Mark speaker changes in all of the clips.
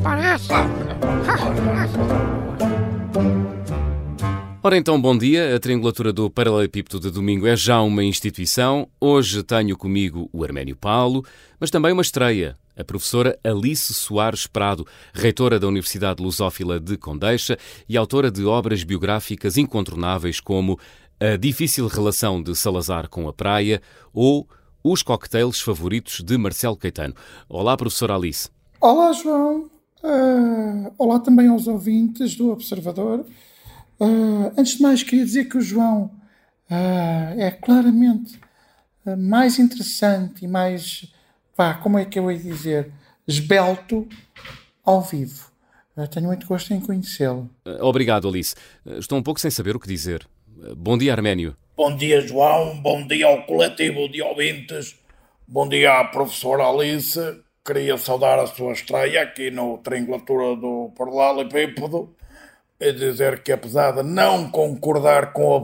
Speaker 1: apareça!
Speaker 2: Ora então, bom dia. A triangulatura do Paralelepípedo de domingo é já uma instituição. Hoje tenho comigo o Arménio Paulo, mas também uma estreia. A professora Alice Soares Prado, reitora da Universidade Lusófila de Condeixa e autora de obras biográficas incontornáveis como A Difícil Relação de Salazar com a Praia ou Os Cocktails Favoritos de Marcelo Caetano. Olá, professora Alice.
Speaker 3: Olá, João. Uh, olá também aos ouvintes do Observador. Uh, antes de mais, queria dizer que o João uh, é claramente eh, mais interessante e mais, pá, como é que eu ia dizer, esbelto ao vivo. Uh, tenho muito gosto em conhecê-lo.
Speaker 2: Eh, Obrigado, Alice. Estou um pouco sem saber o que dizer. Eh, Bom dia, Arménio.
Speaker 4: Bom dia, João. Bom dia ao coletivo de ouvintes. Bom dia à professora Alice. Queria saudar a sua estreia aqui no Triangulatura do Paralelepípedo e dizer que, apesar de não concordar com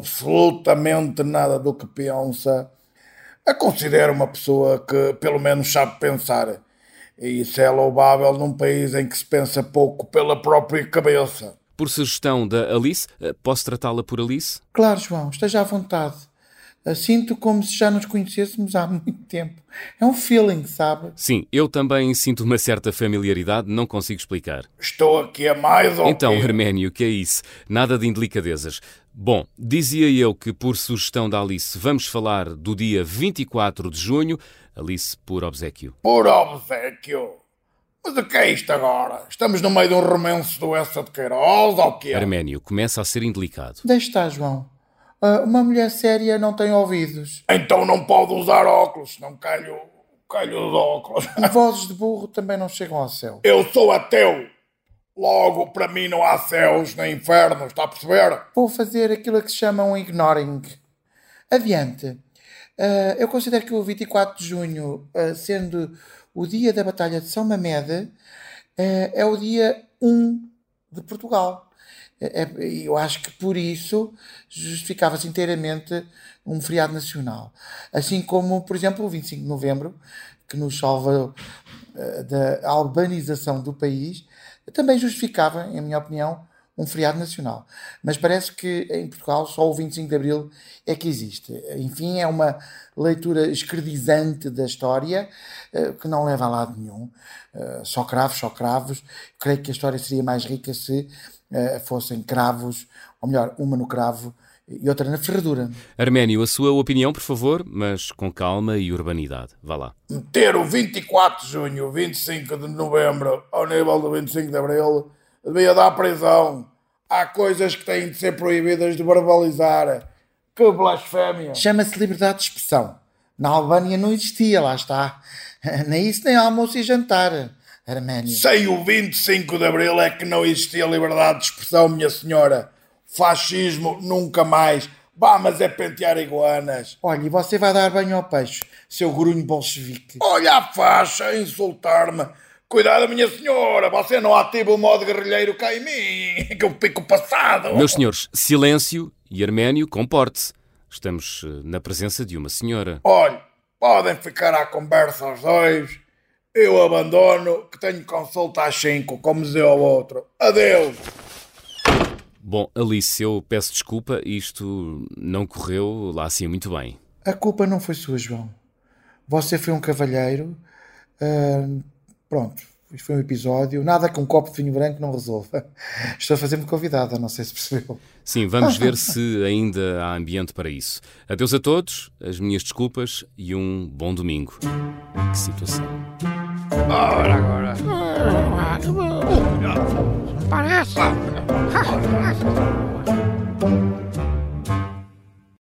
Speaker 4: absolutamente nada do que pensa, a considero uma pessoa que pelo menos sabe pensar. E isso é louvável num país em que se pensa pouco pela própria cabeça.
Speaker 2: Por sugestão da Alice, eh, posso tratá-la por Alice?
Speaker 3: Claro, João, esteja à vontade. Eh, Sinto como se já nos conhecêssemos há muito tempo. É um feeling, sabe?
Speaker 2: Sim, eu também sinto uma certa familiaridade, não consigo explicar.
Speaker 4: Estou aqui a mais ou
Speaker 2: Então, Herménio, que é isso? Nada de indelicadezas. Bom, dizia eu que, por sugestão da Alice, vamos falar do dia 24 de junho. Alice, por obsequio.
Speaker 4: Por obsequio? Mas o que é isto agora? Estamos no meio de um romance do Essa de Queiroz ou o quê?
Speaker 2: Herménio, começa a ser indelicado.
Speaker 3: Deixa estar, é João. Uh, uma mulher séria não tem ouvidos.
Speaker 4: Então não pode usar óculos, não calho, calho os óculos.
Speaker 3: E vozes de burro também não chegam ao céu.
Speaker 4: Eu sou ateu. Logo, para mim não há céus nem infernos, está a perceber?
Speaker 3: Vou fazer aquilo que se chama um ignoring. Adiante. Uh, eu considero que o 24 de junho, uh, sendo o dia da Batalha de São Mamede, é o dia 1 de Portugal Ah, é, eu acho que por isso justificava-se inteiramente um feriado nacional. Assim como, por exemplo, o 25 de novembro, que nos salva ah, da albanização do país, também justificava, em minha opinião, um feriado nacional. Mas parece que em Portugal só o 25 de abril é que existe. Enfim, é uma leitura esquerdizante da história eh, que não leva a lado nenhum. Eh, Só cravos, só cravos. Creio que a história seria mais rica se Uh, fossem cravos, ou melhor, uma no cravo e outra na ferradura.
Speaker 2: Arménio, a sua opinião, por favor, mas com calma e urbanidade. Vá lá.
Speaker 4: Meter o 24 de junho, 25 de novembro, ao nível do 25 de abril, devia dar prisão. Há coisas que têm de ser proibidas de verbalizar. Que blasfémia!
Speaker 3: Chama-se liberdade de expressão. Na Albânia não existia, lá está. Nem isso, nem almoço e jantar. Arménio.
Speaker 4: Sem o 25 de Abril é que não existia liberdade de expressão, minha senhora. Fascismo nunca mais. Bah, mas é pentear iguanas.
Speaker 3: Olha, e você vai dar banho ao peixe, seu grunho bolchevique.
Speaker 4: Olha a faixa, insultar-me. Cuidado, minha senhora, você não ativa o modo guerrilheiro cá em mim, que eu pico passado.
Speaker 2: Meus senhores, silêncio e Arménio, comporte-se. Estamos eh, na presença de uma senhora.
Speaker 4: Olha, podem ficar à conversa os dois. Eu abandono, que tenho consulta às 5, como dizia ao outro. Adeus!
Speaker 2: Bom, Alice, eu peço desculpa, isto não correu lá assim muito bem.
Speaker 3: A culpa não foi sua, João. Você foi um cavalheiro. Uh, pronto, isto foi um episódio. Nada que um copo de vinho branco não resolva. Estou a fazer-me convidada, não sei se percebeu.
Speaker 2: Sim, vamos ver se ainda há ambiente para isso. Adeus a todos, as minhas desculpas e um bom domingo. Que situação.
Speaker 4: Ora, agora.
Speaker 1: Apareça!